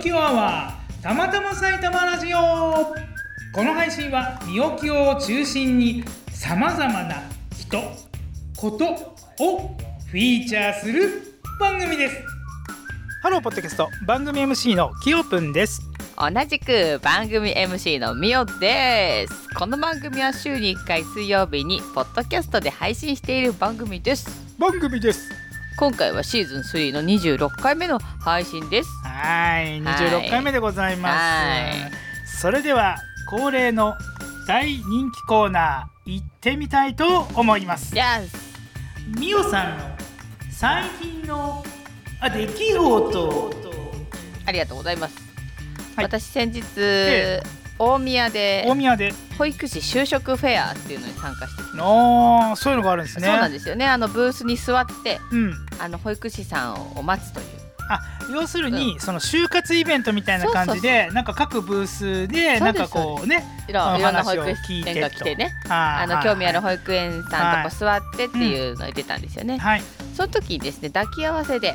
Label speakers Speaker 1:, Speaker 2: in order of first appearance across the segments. Speaker 1: きおアワーたまたま埼玉ラジオこの配信はみおきおを中心にさまざまな人ことをフィーチャーする番組ですハローポッドキャスト番組 MC のきおぷんです
Speaker 2: 同じく番組 MC のみおですこの番組は週に1回水曜日にポッドキャストで配信している番組です
Speaker 1: 番組です
Speaker 2: 今回はシーズン3の26回目の配信です
Speaker 1: はい
Speaker 2: はい
Speaker 1: 26回目でございます、
Speaker 2: はい
Speaker 1: それでは恒例の大人気コーナー行ってみたいと思います
Speaker 2: じゃあ
Speaker 1: みおさんの最近のあ出来事
Speaker 2: ありがとうございます、
Speaker 1: はい
Speaker 2: 私先日、
Speaker 1: え
Speaker 2: 大宮で
Speaker 1: 大宮で
Speaker 2: 保育士就職フェアっていうのに参加してき
Speaker 1: あーそういうのがあるんです
Speaker 2: た、
Speaker 1: ね
Speaker 2: そうなんですよねあのブースに座って
Speaker 1: うん
Speaker 2: あの保育士さんを待つという
Speaker 1: 要するに、その就活イベントみたいな感じでなんか各ブースで
Speaker 2: そ
Speaker 1: な
Speaker 2: うんです
Speaker 1: かこうね
Speaker 2: いろ
Speaker 1: あ
Speaker 2: いろんな保
Speaker 1: 話を
Speaker 2: 育
Speaker 1: 聞
Speaker 2: 士
Speaker 1: いて
Speaker 2: さんが来てね
Speaker 1: あ
Speaker 2: あの興味ある保育園さんとこ座ってっていうのを出たんですよね、
Speaker 1: はい
Speaker 2: その時にですね抱き合わせで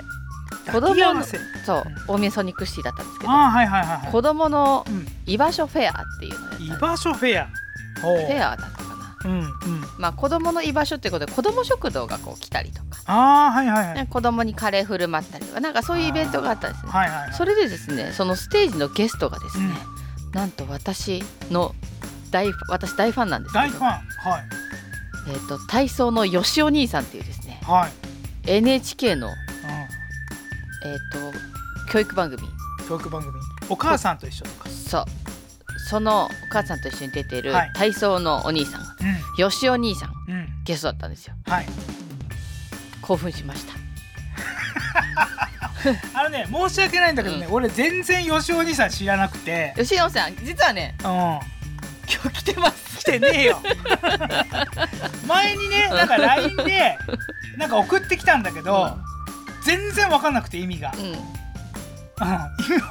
Speaker 1: 抱
Speaker 2: 子
Speaker 1: き合
Speaker 2: 供
Speaker 1: わ
Speaker 2: の
Speaker 1: せ
Speaker 2: そう大宮ソニックシティだったんですけど
Speaker 1: あーはいはいはいは
Speaker 2: 子供の
Speaker 1: い、うん、
Speaker 2: 居場所フェアっていうのをやったん
Speaker 1: 居
Speaker 2: です
Speaker 1: 場所フェアほう
Speaker 2: フェアだったかな
Speaker 1: うんうん
Speaker 2: まあ子供の居場所ってことで子供食堂がこう来たりとか
Speaker 1: ああはいはいはい
Speaker 2: ね子供にカレー振る舞ったりとかなんかそういうイベントがあったんですね
Speaker 1: はいはい
Speaker 2: それでですねそのステージのゲストがですね、なんと私の大ファン私大ファンなんです
Speaker 1: 大
Speaker 2: け
Speaker 1: ファン
Speaker 2: ど、
Speaker 1: はい
Speaker 2: えー、と体操のよしお兄さんっていうですね
Speaker 1: はい、
Speaker 2: NHK の、えー、と教育番組
Speaker 1: うん、教育番組お母さんと一緒とか
Speaker 2: そうそのお母さんと一緒に出てる
Speaker 1: はい
Speaker 2: 体操のお兄さん、よしお兄さん
Speaker 1: うんうん
Speaker 2: ゲストだったんですよ
Speaker 1: はい
Speaker 2: 興奮しました
Speaker 1: あのね申し訳ないんだけどね、俺全然よしお兄さん知らなくて
Speaker 2: よしおさん実はね
Speaker 1: うん
Speaker 2: 今日来てます
Speaker 1: 来てね えよ前にねなんか LINE でなんか送ってきたんだけど、全然分かんなくて意味が、
Speaker 2: うん
Speaker 1: うん意味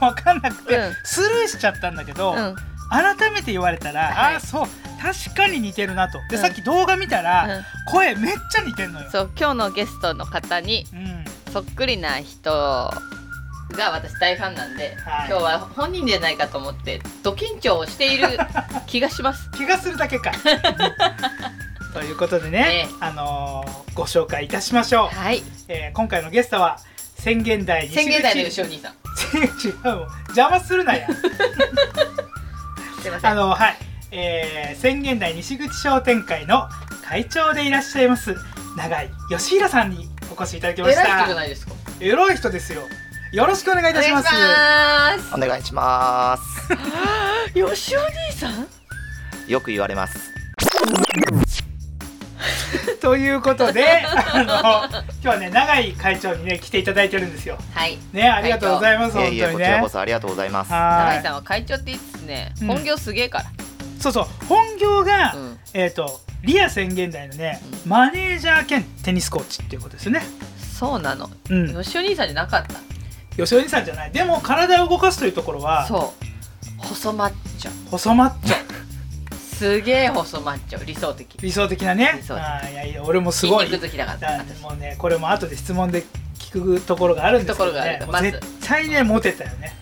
Speaker 1: 分かんなくて、
Speaker 2: うん
Speaker 1: スルーしちゃったんだけど、
Speaker 2: うん
Speaker 1: 改めて言われたら、
Speaker 2: はい
Speaker 1: ああそう確かに似てるなとで、
Speaker 2: うん
Speaker 1: さっき動画見たら、
Speaker 2: う
Speaker 1: 声めっちゃ似てんのよ
Speaker 2: ん、そう今日のゲストの方に
Speaker 1: うん、
Speaker 2: そっくりな人が私大ファンなんで、
Speaker 1: はい
Speaker 2: 今日は本人じゃないかと思ってド緊張をしている気がし ます。
Speaker 1: 気がするだけかということでね、
Speaker 2: ええ
Speaker 1: あのーご紹介いたしましょう、
Speaker 2: はい、
Speaker 1: えー今回のゲストは宣言台西口
Speaker 2: 宣言台の後ろにさん。
Speaker 1: 違うもん邪魔する なや
Speaker 2: すいませ
Speaker 1: あ
Speaker 2: ん。
Speaker 1: のはい、えー、宣言台西口商店会の会長でいらっしゃいます永井義弘さんにお越しいただきま
Speaker 2: 偉
Speaker 1: し
Speaker 2: い人じゃ
Speaker 1: た
Speaker 2: ないですか。
Speaker 1: エロい人ですよよろしくお願いいたします
Speaker 2: お願いしま
Speaker 3: お願いします。
Speaker 2: す。よしお兄さん。
Speaker 3: よく言われます。
Speaker 1: ということであの今日はね永井会長にね来ていただいてるんですよ
Speaker 2: はい。
Speaker 1: ねありがとうございます
Speaker 3: い
Speaker 1: 本当
Speaker 3: え
Speaker 1: に
Speaker 3: い
Speaker 1: ね
Speaker 3: え、こちらこそありがとうございます。
Speaker 2: 高井
Speaker 1: は
Speaker 2: さんは会長って言いつつね、
Speaker 1: うん
Speaker 2: 本業すげえか
Speaker 1: いそうそう本業が、
Speaker 2: ら。うん。
Speaker 1: えっ、とリア宣言台のね
Speaker 2: う
Speaker 1: マネージャー兼テニスコーチっていうことですよね
Speaker 2: そうなの。
Speaker 1: うん
Speaker 2: よしお兄さんじゃなかった。
Speaker 1: よしお兄さんじゃないでも体を動かすというところは
Speaker 2: そう。細マッチョ。
Speaker 1: 細マッチョ
Speaker 2: すげえ細マッチョ。理想的。
Speaker 1: 理想的なね
Speaker 2: 理想的
Speaker 1: あーいやいや俺もす
Speaker 2: 筋
Speaker 1: ごい
Speaker 2: 肉好きだから。
Speaker 1: だ
Speaker 2: 私
Speaker 1: もうねこれも後で質問で聞くところがあるんですけど、ね
Speaker 2: 聞、くと
Speaker 1: も
Speaker 2: ころがあ
Speaker 1: う
Speaker 2: る
Speaker 1: 絶対ねモテたよね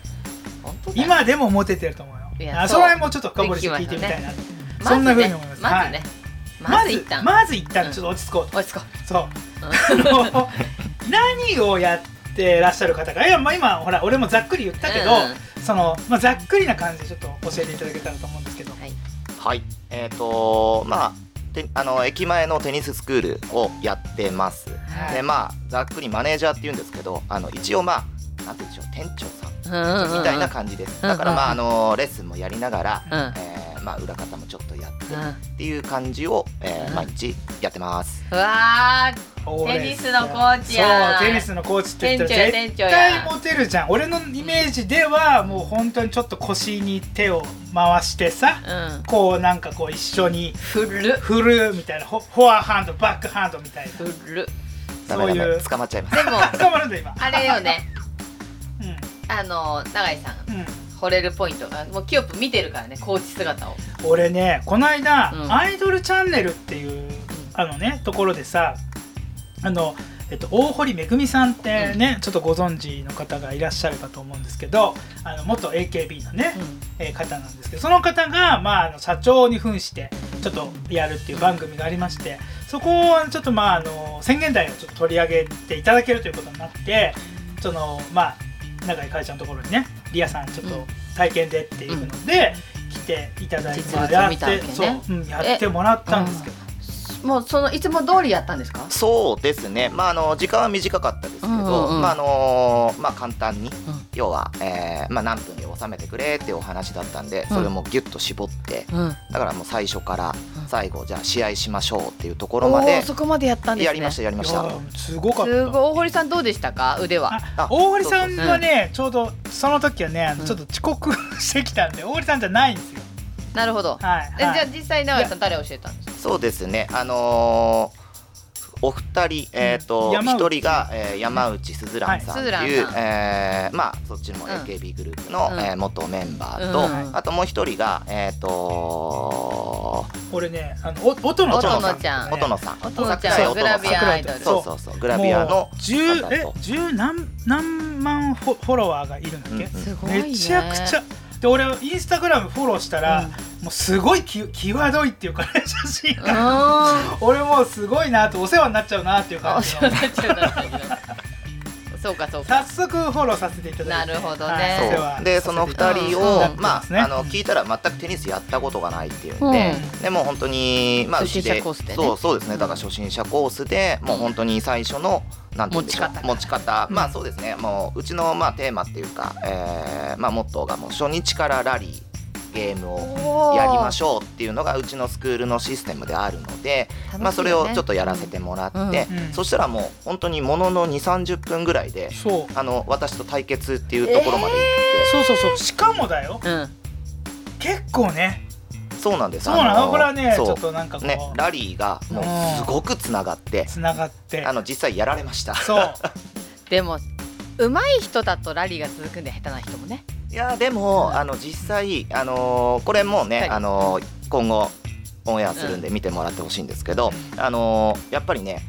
Speaker 2: 本当だよ。
Speaker 1: 今でもモテてると思うよ
Speaker 2: いや
Speaker 1: あ
Speaker 2: そ
Speaker 1: そうれはもうちょっと深掘りして聞いてみたいな、
Speaker 2: まずね
Speaker 1: そんなふうに思います
Speaker 2: まずね。ま
Speaker 1: ま
Speaker 2: ず
Speaker 1: ず
Speaker 2: 一旦。
Speaker 1: まず一旦
Speaker 2: うん
Speaker 1: ちょっと落ち着こうと、
Speaker 2: 落ち着こ
Speaker 1: そう、あの 何をやってらっしゃる方がいや、まあ、今ほら俺もざっくり言ったけど、
Speaker 2: うん
Speaker 1: その、まあ、ざっくりな感じでちょっと教えていただけたらと思うんですけど、
Speaker 2: はい。
Speaker 3: はい、えっ、とまあ。てあの駅前のテニススクールをやってます、
Speaker 1: はい
Speaker 3: でまあざっくりマネージャーって言うんですけどあの一応まあなんて言うんでしょう店長さ
Speaker 2: うんうんうん
Speaker 3: んみたいな感じです、
Speaker 2: うん
Speaker 3: だからまああのレッスンもやりながら、
Speaker 2: うん
Speaker 3: えーまあ、裏方もちょっとやって
Speaker 2: うん
Speaker 3: っていう感じを、えー
Speaker 2: うん
Speaker 3: 毎日やってます
Speaker 2: うわ
Speaker 1: 俺
Speaker 2: テニスのコーチや
Speaker 1: そうテニスのコーチって言ったら
Speaker 2: 店
Speaker 1: 絶
Speaker 2: 長や店長や
Speaker 1: 対モテるじゃん俺のイメージではもう本当にちょっと腰に手を回してさ
Speaker 2: ー。うん。
Speaker 1: こうなんかこう一緒に
Speaker 2: ふる。
Speaker 1: 振るみたいなフォフォアハンドバックハンドみたいな
Speaker 2: ふる。
Speaker 3: ダメダ
Speaker 1: そうい
Speaker 3: メ
Speaker 1: う
Speaker 3: 捕まっちゃいます
Speaker 2: でも、
Speaker 1: 捕まるんだ今
Speaker 2: あれよね。
Speaker 1: う
Speaker 2: あの、永井さん。
Speaker 1: ん、うん、
Speaker 2: 惚れるポイントがもうキヨプ見てるからねコーチ姿を
Speaker 1: 俺ねこの間、
Speaker 2: うん
Speaker 1: アイドルチャンネルっていうあのねところでさあのえっと、大堀めぐみさんってね、ちょっとご存知の方がいらっしゃるかと思うんですけどあの元 AKB のね、えー方なんですけどその方が、まあ、あの社長に扮してちょっとやるっていう番組がありましてそこをちょっとまああの宣言台をちょっと取り上げていただけるということになってそのまあ永井かえちゃんのところにねリアさんちょっ
Speaker 2: うん
Speaker 1: と体験でっていうので、来ていただいて、
Speaker 2: 実物
Speaker 1: やっ
Speaker 2: 見たわけ
Speaker 1: て
Speaker 2: ね
Speaker 1: そう、うん、やってもらったんですけど、
Speaker 2: もうそのいつも通りやったんですか
Speaker 3: そうですね、まあ、あの時間は短かったですけど、
Speaker 2: うんうんうん
Speaker 3: まああのまあ、簡単に、要は、えーまあ、何分に収めてくれっていうお話だったんで、
Speaker 2: うん
Speaker 3: それもギュッと絞って
Speaker 2: うん、うん、
Speaker 3: だからもう最初から
Speaker 2: うん
Speaker 3: 最後じゃあ試合しましょうっていうところ
Speaker 2: お
Speaker 3: まで
Speaker 2: ーそこまでやったんですね
Speaker 3: やりましたやりました
Speaker 1: いやーすごかった
Speaker 2: すごい大堀さんどうでしたか腕は
Speaker 1: あ大堀さんはね、ちょうどその時はねあの
Speaker 2: うん
Speaker 1: ちょっと遅刻してきたんで大堀さんじゃないんですよ
Speaker 2: なるほど、
Speaker 1: はい、
Speaker 2: え
Speaker 1: はい
Speaker 2: じゃあ実際永井さん誰教えたんですか
Speaker 3: そうですねあのーお二人、えー、と
Speaker 1: 山内
Speaker 3: 一人が、えー山内すずらんさんって
Speaker 2: はい
Speaker 3: い
Speaker 2: すず
Speaker 3: う、
Speaker 2: らんさん
Speaker 3: えーまあ、そっちの
Speaker 2: うん
Speaker 3: AKB グループの、
Speaker 2: うん
Speaker 3: えー元メンバー
Speaker 2: う
Speaker 3: と、
Speaker 2: ん
Speaker 1: うん
Speaker 3: あともう一人が、えー、と
Speaker 1: 俺ねあのお音野
Speaker 2: 音
Speaker 1: ちゃん
Speaker 2: 野ちゃん
Speaker 3: 音野さん
Speaker 2: 音野ちゃん
Speaker 3: そう
Speaker 2: グラビアアイドル
Speaker 3: そうそうそうグラビアの
Speaker 1: もう10
Speaker 3: 方
Speaker 1: え
Speaker 3: と
Speaker 1: 10何何万フォフォロワーがいるんだっけ、
Speaker 3: うん
Speaker 2: すごいね
Speaker 1: めちゃくちゃで俺インスタグラムフォローしたら、もうすごいき際どいっていうかね写真
Speaker 2: う
Speaker 1: が、
Speaker 2: ーん
Speaker 1: 俺もうすごいなとお世話になっちゃうなっていう
Speaker 2: あ
Speaker 1: 感
Speaker 2: お
Speaker 1: じ
Speaker 2: 世話
Speaker 1: の
Speaker 2: になっちゃうなっちゃうなそうかそうか
Speaker 1: 早速フォローさせていただいて
Speaker 2: なるほどね
Speaker 1: はいお世話
Speaker 3: そうでその
Speaker 1: させて
Speaker 3: 2
Speaker 1: い
Speaker 3: 人
Speaker 1: ただい、
Speaker 2: うん
Speaker 3: を
Speaker 1: て
Speaker 3: ま
Speaker 1: ま
Speaker 3: あ
Speaker 1: すね
Speaker 3: あの聞いたら全くテニスやったことがないっていうんで、
Speaker 1: うん
Speaker 3: でもう本当に、まあ、
Speaker 2: 初心者
Speaker 3: うち
Speaker 2: コースでね
Speaker 3: そうそうですね
Speaker 2: うん
Speaker 3: だから初心者コースで、もう本当に最初のなんて言うんでしょう
Speaker 2: 持ち方
Speaker 3: 持ち方、
Speaker 1: うん
Speaker 3: まあそうですねもううちの、まあ、テーマっていうか、えーまあ、モットーがもう初日からラリーゲームを
Speaker 2: おー
Speaker 3: やりましょうっていうのがうちのスクールのシステムであるので、
Speaker 2: 楽しいよね
Speaker 3: まあ、それをちょっとやらせてもらって、
Speaker 1: うんうん
Speaker 3: そしたらもう本当にものの2 3 0分ぐらいで
Speaker 1: そう
Speaker 3: あの私と対決っていうところまで行って、
Speaker 1: そうそうそうしかもだよ
Speaker 2: うん
Speaker 1: 結構ね
Speaker 3: そうなんです
Speaker 1: そうな
Speaker 3: あ
Speaker 1: のこれはねち
Speaker 3: そう
Speaker 1: ょっとなんかこ
Speaker 3: ね
Speaker 1: う
Speaker 3: ラリーがもうすごくつながって
Speaker 1: つながって
Speaker 3: あの実際やられま した
Speaker 1: そう
Speaker 2: でも上手い人だとラリーが続くんで下手な人もね
Speaker 3: いやでもあの実際あのーこれもうね、
Speaker 2: はい
Speaker 3: あのー今後オンエアするんで見てもらってほしいんですけど、あのーやっぱりね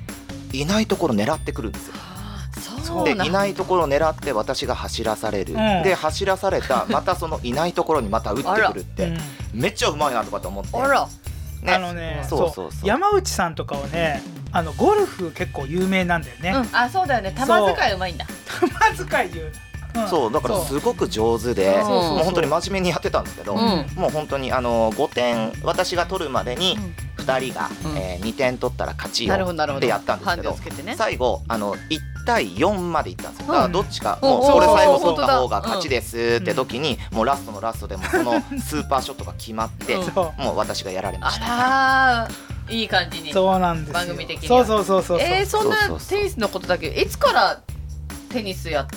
Speaker 3: いないところ狙ってくるんですよ。
Speaker 2: そ
Speaker 1: そう
Speaker 3: で
Speaker 2: なん
Speaker 3: いないところを狙って私が走らされる、
Speaker 1: うん
Speaker 3: で走らされた またそのいないところにまた打ってくるっ
Speaker 1: う
Speaker 3: て
Speaker 1: ん
Speaker 3: めっちゃうまいなとかと思って、
Speaker 2: あら
Speaker 1: あのね
Speaker 3: そうそうそう
Speaker 1: 山内さんとかはねあのゴルフ結構有名なんだよね、
Speaker 2: うんあそうだよね
Speaker 1: そう
Speaker 2: 玉使いうまいんだ
Speaker 1: 玉使い言うな、ん
Speaker 3: そうだから
Speaker 1: そう
Speaker 3: すごく上手で
Speaker 2: そうそうそう
Speaker 3: もう本当に真面目にやってたんですけ
Speaker 2: う
Speaker 3: ど、
Speaker 2: ん
Speaker 3: もう本当にあの5点私が取るまでに2人が、
Speaker 2: うん
Speaker 3: え2点取ったら勝ち
Speaker 2: なるほ
Speaker 3: よ
Speaker 2: どなるほ
Speaker 3: で
Speaker 2: ど
Speaker 3: やったんです
Speaker 2: ハ
Speaker 3: け
Speaker 2: ンデ
Speaker 3: ど
Speaker 2: をつけてね
Speaker 3: 最後あの1対4までいったんですよだか
Speaker 2: う
Speaker 3: ら
Speaker 1: ん
Speaker 3: どっちか、
Speaker 2: うん
Speaker 3: もう
Speaker 1: お
Speaker 3: これ最
Speaker 1: お
Speaker 3: 後
Speaker 1: ー
Speaker 3: 取った方が
Speaker 2: 本当だ
Speaker 3: 勝ちですって時に、もうラストのラストでもそのスーパーショットが決まって、
Speaker 2: うん
Speaker 1: そう
Speaker 3: もう私がやられました。
Speaker 2: あらいい感じに
Speaker 1: そうなんですよ
Speaker 2: 番組的に
Speaker 1: そ
Speaker 2: は
Speaker 1: うそうそうそうそう、
Speaker 2: えー、そんな
Speaker 3: そうそうそう
Speaker 2: テニスのことだけどいつからテニスやって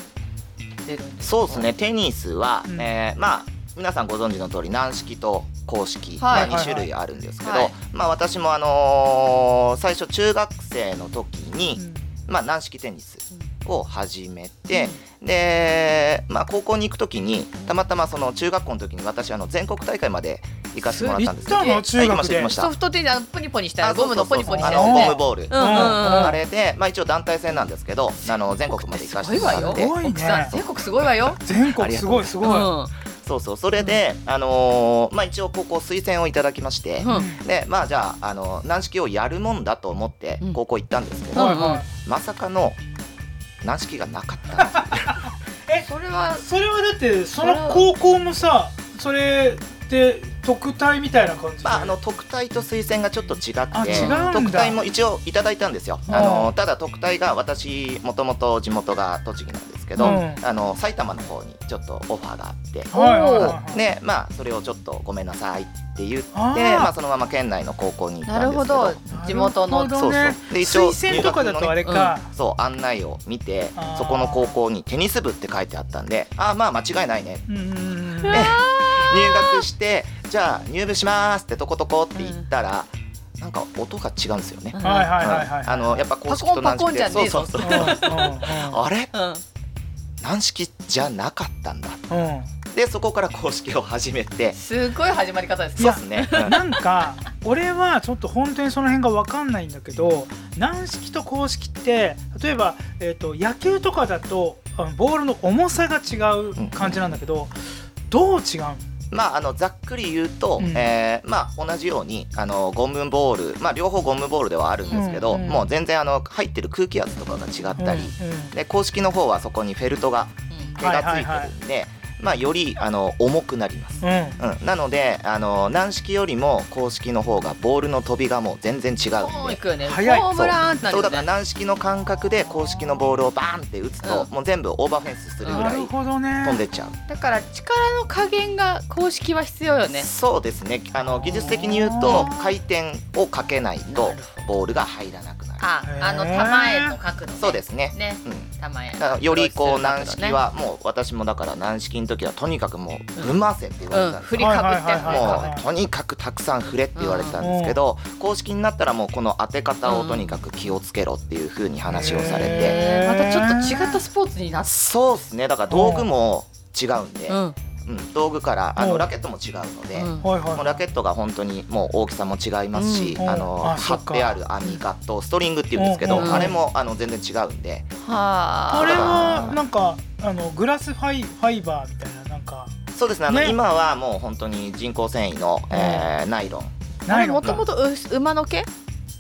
Speaker 2: るんですか
Speaker 3: そうですねテニスは、
Speaker 1: うん
Speaker 3: えーまあ皆さんご存知の通り軟式と公式、
Speaker 2: はい
Speaker 3: まあ、2種類あるんですけど、
Speaker 2: はい
Speaker 3: まあ、私も、あのー最初中学生の時に、
Speaker 1: うん
Speaker 3: まあ、軟式テニスを始めて、で、まあ、高校に行く時にたまたまその中学校の時に私あの全国大会まで行かせてもらったんですよ。
Speaker 1: 行ったの中
Speaker 3: はい行きま
Speaker 1: 学
Speaker 3: した行
Speaker 1: で
Speaker 3: きまし
Speaker 2: ソ
Speaker 3: た
Speaker 2: フトテニスあのポニポニした
Speaker 3: あ
Speaker 2: ゴムのポニポニしたや
Speaker 3: そう
Speaker 2: つ
Speaker 3: そうそうあのゴ
Speaker 2: ね
Speaker 3: ムボール、
Speaker 2: うんうんうん
Speaker 3: あれで、まあ、一応団体戦なんですけどあの全国まで行かせ
Speaker 2: すご
Speaker 3: て
Speaker 2: い
Speaker 3: も
Speaker 2: わよ
Speaker 3: らって
Speaker 1: すごいね
Speaker 2: 奥さん全国すごいわよ
Speaker 1: 全国すごいす
Speaker 2: う
Speaker 1: ごい、うん
Speaker 2: ん
Speaker 3: そうそうそれで、あのーまあ、一応高校推薦をいただきまして、
Speaker 2: うん
Speaker 3: でまあじゃあ、あの軟式をやるもんだと思って
Speaker 2: うん
Speaker 3: 高校行ったんですけど、
Speaker 1: は
Speaker 2: う
Speaker 1: い
Speaker 2: ん
Speaker 1: はい
Speaker 3: まさかの軟式がなかったんですよ
Speaker 2: それは
Speaker 1: それはだってその高校もさそれで特待みたいな感じで、
Speaker 3: まああの特待と推薦がちょっと違って
Speaker 1: あ違うんだ
Speaker 3: 特待も一応いただいたんですよ、
Speaker 1: うん
Speaker 3: あのただ特待が私もともと地元が栃木なんですけど、
Speaker 1: うん
Speaker 3: あの埼玉の方にちょっとオファーがあって。
Speaker 1: はいはいはいはい
Speaker 3: でまあ、それをちょっとごめんなさいって言って
Speaker 1: あー
Speaker 3: まあ、そのまま県内の高校に行っ
Speaker 2: な
Speaker 3: たん
Speaker 2: る
Speaker 3: です
Speaker 2: ほ
Speaker 3: けど
Speaker 2: ど地元の
Speaker 1: なるほどね
Speaker 3: そうそうで一応
Speaker 1: 推薦とかだとあれか、
Speaker 3: そう案内を見て
Speaker 1: あー
Speaker 3: そこの高校にテニス部って書いてあったんでああまあ間違いないね
Speaker 1: うんうんうん うん
Speaker 2: うわ
Speaker 3: 入学してじゃあ入部しますってとことこって言ったら、なんか音が違うんですよね、
Speaker 2: うん
Speaker 1: はいはいはいはい、
Speaker 3: あのやっぱ公式と軟
Speaker 2: パコンパコン
Speaker 3: 式
Speaker 2: じゃ
Speaker 3: で
Speaker 2: ねえぞ
Speaker 3: そうそうそう
Speaker 1: う
Speaker 3: あれ
Speaker 2: ー
Speaker 3: 軟式じゃなかったんだ
Speaker 1: んうんうん
Speaker 3: でそこから公式を始めて
Speaker 2: すごい始まり方です
Speaker 1: い
Speaker 2: ね
Speaker 3: そう
Speaker 1: や
Speaker 3: っすね、
Speaker 1: なんか俺はちょっと本当にその辺が分かんないんだけど軟式と硬式って例えば、えー、と野球とかだとあのボールの重さが違う感じなんだけど、どう違うの
Speaker 3: まあ、あのざっくり言うと、
Speaker 1: うん
Speaker 3: えーまあ、同じようにあのゴムボール、まあ、両方ゴムボールではあるんですけど、
Speaker 2: うんうん
Speaker 3: もう全然あの入ってる空気圧とかが違ったり、
Speaker 1: うんうん
Speaker 3: で公式の方はそこにフェルトが手がついてるんで、まあ、よりあの重くなります。
Speaker 1: うん
Speaker 3: うん、なのであの軟式よりも公式の方がボールの飛びがもう全然違うん
Speaker 2: もう
Speaker 3: で
Speaker 2: 行くよね。ホ
Speaker 1: 早い
Speaker 2: ームランってなる
Speaker 3: そう
Speaker 2: よ
Speaker 3: だから
Speaker 2: ね。
Speaker 3: 軟式の感覚で公式のボールをバーンって打つと、
Speaker 2: うん
Speaker 3: もう全部オーバーフェンスするぐ
Speaker 1: な
Speaker 3: らい
Speaker 1: るほど
Speaker 3: 飛ん
Speaker 1: ね
Speaker 3: でっちゃう、
Speaker 2: だから力の加減が公式は必要よね。
Speaker 3: そうですねあの技術的に言うと回転をかけないと
Speaker 2: なる
Speaker 3: ボールが入らなくなる
Speaker 2: あ
Speaker 1: へ、ー
Speaker 2: あの玉への角度、ね。
Speaker 3: そうですね
Speaker 2: ね。
Speaker 3: うん
Speaker 2: 玉への
Speaker 3: だからよりこ
Speaker 2: 角度
Speaker 3: う
Speaker 2: ね
Speaker 3: 軟式。はもう私もだから軟式の時はとにかくもう
Speaker 2: うん
Speaker 3: ぶん回せって言われ
Speaker 2: う
Speaker 3: て
Speaker 2: ん、
Speaker 3: たんです
Speaker 2: 振
Speaker 3: よ
Speaker 2: りかぶって、
Speaker 1: はいはいはいはい
Speaker 2: 振りか
Speaker 3: もうとにかくたくさん振れって言われてたんですけど、公式になったらもうこの当て方をとにかく気をつけろっていう風に話を
Speaker 2: ぶ
Speaker 3: され
Speaker 2: って
Speaker 3: て、
Speaker 1: へー
Speaker 2: またちょっと違ったスポーツになっ
Speaker 3: そうですねだから道具も違うんで、
Speaker 2: た。うん。
Speaker 3: うん道具からあ
Speaker 1: う
Speaker 3: の
Speaker 1: ん
Speaker 3: ラケットも違うので、
Speaker 2: うん
Speaker 1: はいは
Speaker 3: もう
Speaker 1: い
Speaker 3: ラケットが本当にもう大きさも違いますし、
Speaker 1: うん
Speaker 3: あの
Speaker 1: あ
Speaker 3: 貼
Speaker 1: そっ
Speaker 3: っ
Speaker 1: か
Speaker 3: てある網ガットストリングっていうんですけど、
Speaker 2: うん
Speaker 3: あれもあの全然違うんで
Speaker 2: はあ。
Speaker 1: これはなんかあのグラスファイファイバーみたいななんか
Speaker 3: そうですねあの
Speaker 1: ね
Speaker 3: 今はもう本当に人工繊維の、えーナイロン
Speaker 2: あ
Speaker 1: な
Speaker 2: れ
Speaker 1: い
Speaker 2: も
Speaker 1: の
Speaker 2: ともと馬の毛？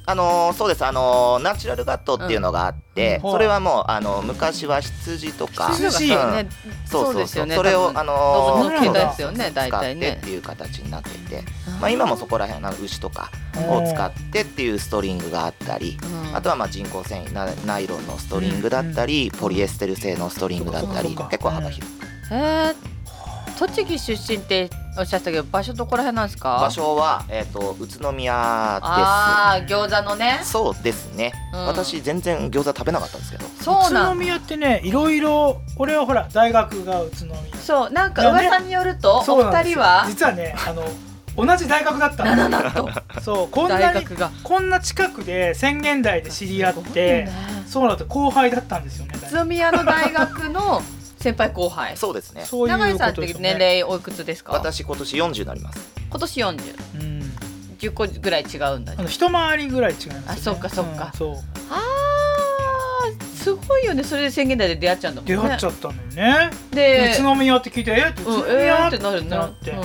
Speaker 3: あのーそうですあのーナチュラルガットっていうのがあって、
Speaker 1: うん
Speaker 3: それはもうあの昔は羊とか
Speaker 1: 羊
Speaker 2: 羊だからね。
Speaker 3: そう
Speaker 2: そう
Speaker 3: そう
Speaker 2: です
Speaker 3: そ
Speaker 2: よ
Speaker 3: う
Speaker 2: ね。
Speaker 3: それをあ
Speaker 2: 多分動物
Speaker 3: のー
Speaker 2: の毛ですよね、大
Speaker 3: 使って
Speaker 2: 体ね
Speaker 3: っ。ていう形になってて、まあ、今もそこら辺の牛とかを使ってっていうストリングがあったり
Speaker 2: うん
Speaker 3: あとはまあ人工繊維ナナイロンのストリングだったりポリエステル製のストリングだったり
Speaker 1: そうかそうか
Speaker 3: 結構幅広い
Speaker 2: えー、栃木出身っておっしゃってたけど場所どこら辺なんですか
Speaker 3: 場所は、えー、と宇都宮
Speaker 2: ああー餃子のね
Speaker 3: ですそうですね、
Speaker 2: うん
Speaker 3: 私全然餃子食べなかったんですけど
Speaker 2: そう
Speaker 1: 宇
Speaker 2: な
Speaker 1: 都
Speaker 2: ん
Speaker 1: 宮ってねいろいろ俺はほら大学が宇都宮
Speaker 2: そうなんか噂によると
Speaker 1: そ
Speaker 2: お
Speaker 1: うなんで
Speaker 2: 二
Speaker 1: す
Speaker 2: 人
Speaker 1: よ
Speaker 2: は
Speaker 1: 実はねあの同じ大学だった
Speaker 2: な
Speaker 1: の
Speaker 2: なんと
Speaker 1: そうこんな
Speaker 2: 大
Speaker 1: に
Speaker 2: 学が
Speaker 1: こんな近くで宣言台で知り合っ
Speaker 2: すごいよ
Speaker 1: て
Speaker 2: ね
Speaker 1: そうなんです後輩だったんですよね
Speaker 2: 宇都宮の大学の先輩後輩
Speaker 3: そうですね
Speaker 1: そう
Speaker 2: 永
Speaker 1: い
Speaker 2: 井
Speaker 1: う
Speaker 2: さん
Speaker 1: こ
Speaker 2: っ
Speaker 1: とで
Speaker 2: て
Speaker 1: すよ
Speaker 2: 年
Speaker 1: ね
Speaker 2: 齢おいくつですか
Speaker 3: 私今年40になります
Speaker 2: 今年40
Speaker 1: うん
Speaker 2: 10個ぐらい違うんだ
Speaker 1: あの一回りぐらい違いますよね
Speaker 2: あそうかそうか
Speaker 1: んそう
Speaker 2: あーすごいよねそれで宣言台で出会っちゃうんだもんね
Speaker 1: 出会っちゃったのよね
Speaker 2: で
Speaker 1: 宇都宮って聞いてえ宇
Speaker 2: うん
Speaker 1: 都
Speaker 2: え
Speaker 1: 宮
Speaker 2: ーっ
Speaker 1: って
Speaker 2: てなるね
Speaker 1: なって
Speaker 2: う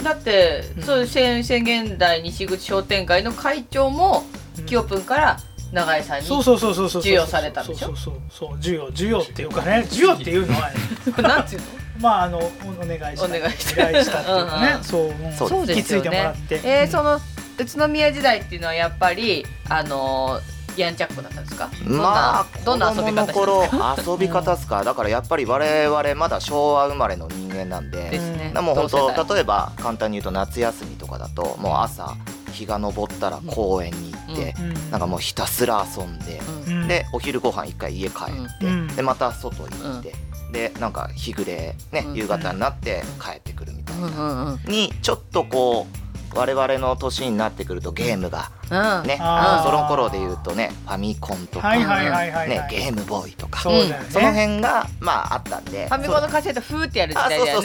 Speaker 2: んだって、
Speaker 1: うん
Speaker 2: そう宣宣言台西口商店街の会長もキヨプンから永井さんに、
Speaker 1: そうそうそうそうそう
Speaker 2: 授与されたんでしょ
Speaker 1: そうそうそうそう授与授与っていうかね授与っていうの はね
Speaker 2: な んていうの
Speaker 1: まああのおお願いした
Speaker 2: お願いした
Speaker 1: お願いしたっていうかね
Speaker 2: うんうん
Speaker 1: そううん
Speaker 3: そう
Speaker 2: そうですよ
Speaker 1: 引き継いでもら
Speaker 2: ね
Speaker 1: って
Speaker 2: えー
Speaker 1: うん
Speaker 2: その宇都宮時代っていうのはやっぱりあのーやんちゃっ子だったんですかどんな、
Speaker 3: まあ
Speaker 2: ど
Speaker 3: 子
Speaker 2: んな遊び
Speaker 3: 供
Speaker 2: 方
Speaker 3: の
Speaker 2: してたん
Speaker 3: 頃
Speaker 2: ですか
Speaker 3: 遊び方ですかだからやっぱり我々まだ昭和生まれの人間なんで
Speaker 2: ですね
Speaker 3: なもう本
Speaker 2: 同世代
Speaker 3: 当例えば簡単に言うと夏休みとかだともう朝日が昇ったら公園に行って、
Speaker 1: うん
Speaker 3: なんかもうひたすら遊んで、
Speaker 2: うん
Speaker 1: うん
Speaker 3: でお昼ご飯一回家帰っ
Speaker 1: う
Speaker 3: て、
Speaker 1: ん
Speaker 3: でまた外行って、でなんか日暮れね、
Speaker 2: うん
Speaker 3: 夕方になって帰ってくるみたいな、
Speaker 2: うんうんうんうん
Speaker 3: にちょっとこう我々の年になってくるとゲームがね、
Speaker 1: あ
Speaker 3: あ
Speaker 1: ー
Speaker 3: のその頃で言うとねファミコンとか、
Speaker 1: はいはいはいはい
Speaker 3: ね
Speaker 1: は、い
Speaker 3: ゲームボーイとか
Speaker 1: そ
Speaker 3: そ,、
Speaker 1: うだよね
Speaker 3: の辺がまああったんで
Speaker 2: ファミコンのカセットふーってやる時
Speaker 3: あ
Speaker 2: 代
Speaker 3: そう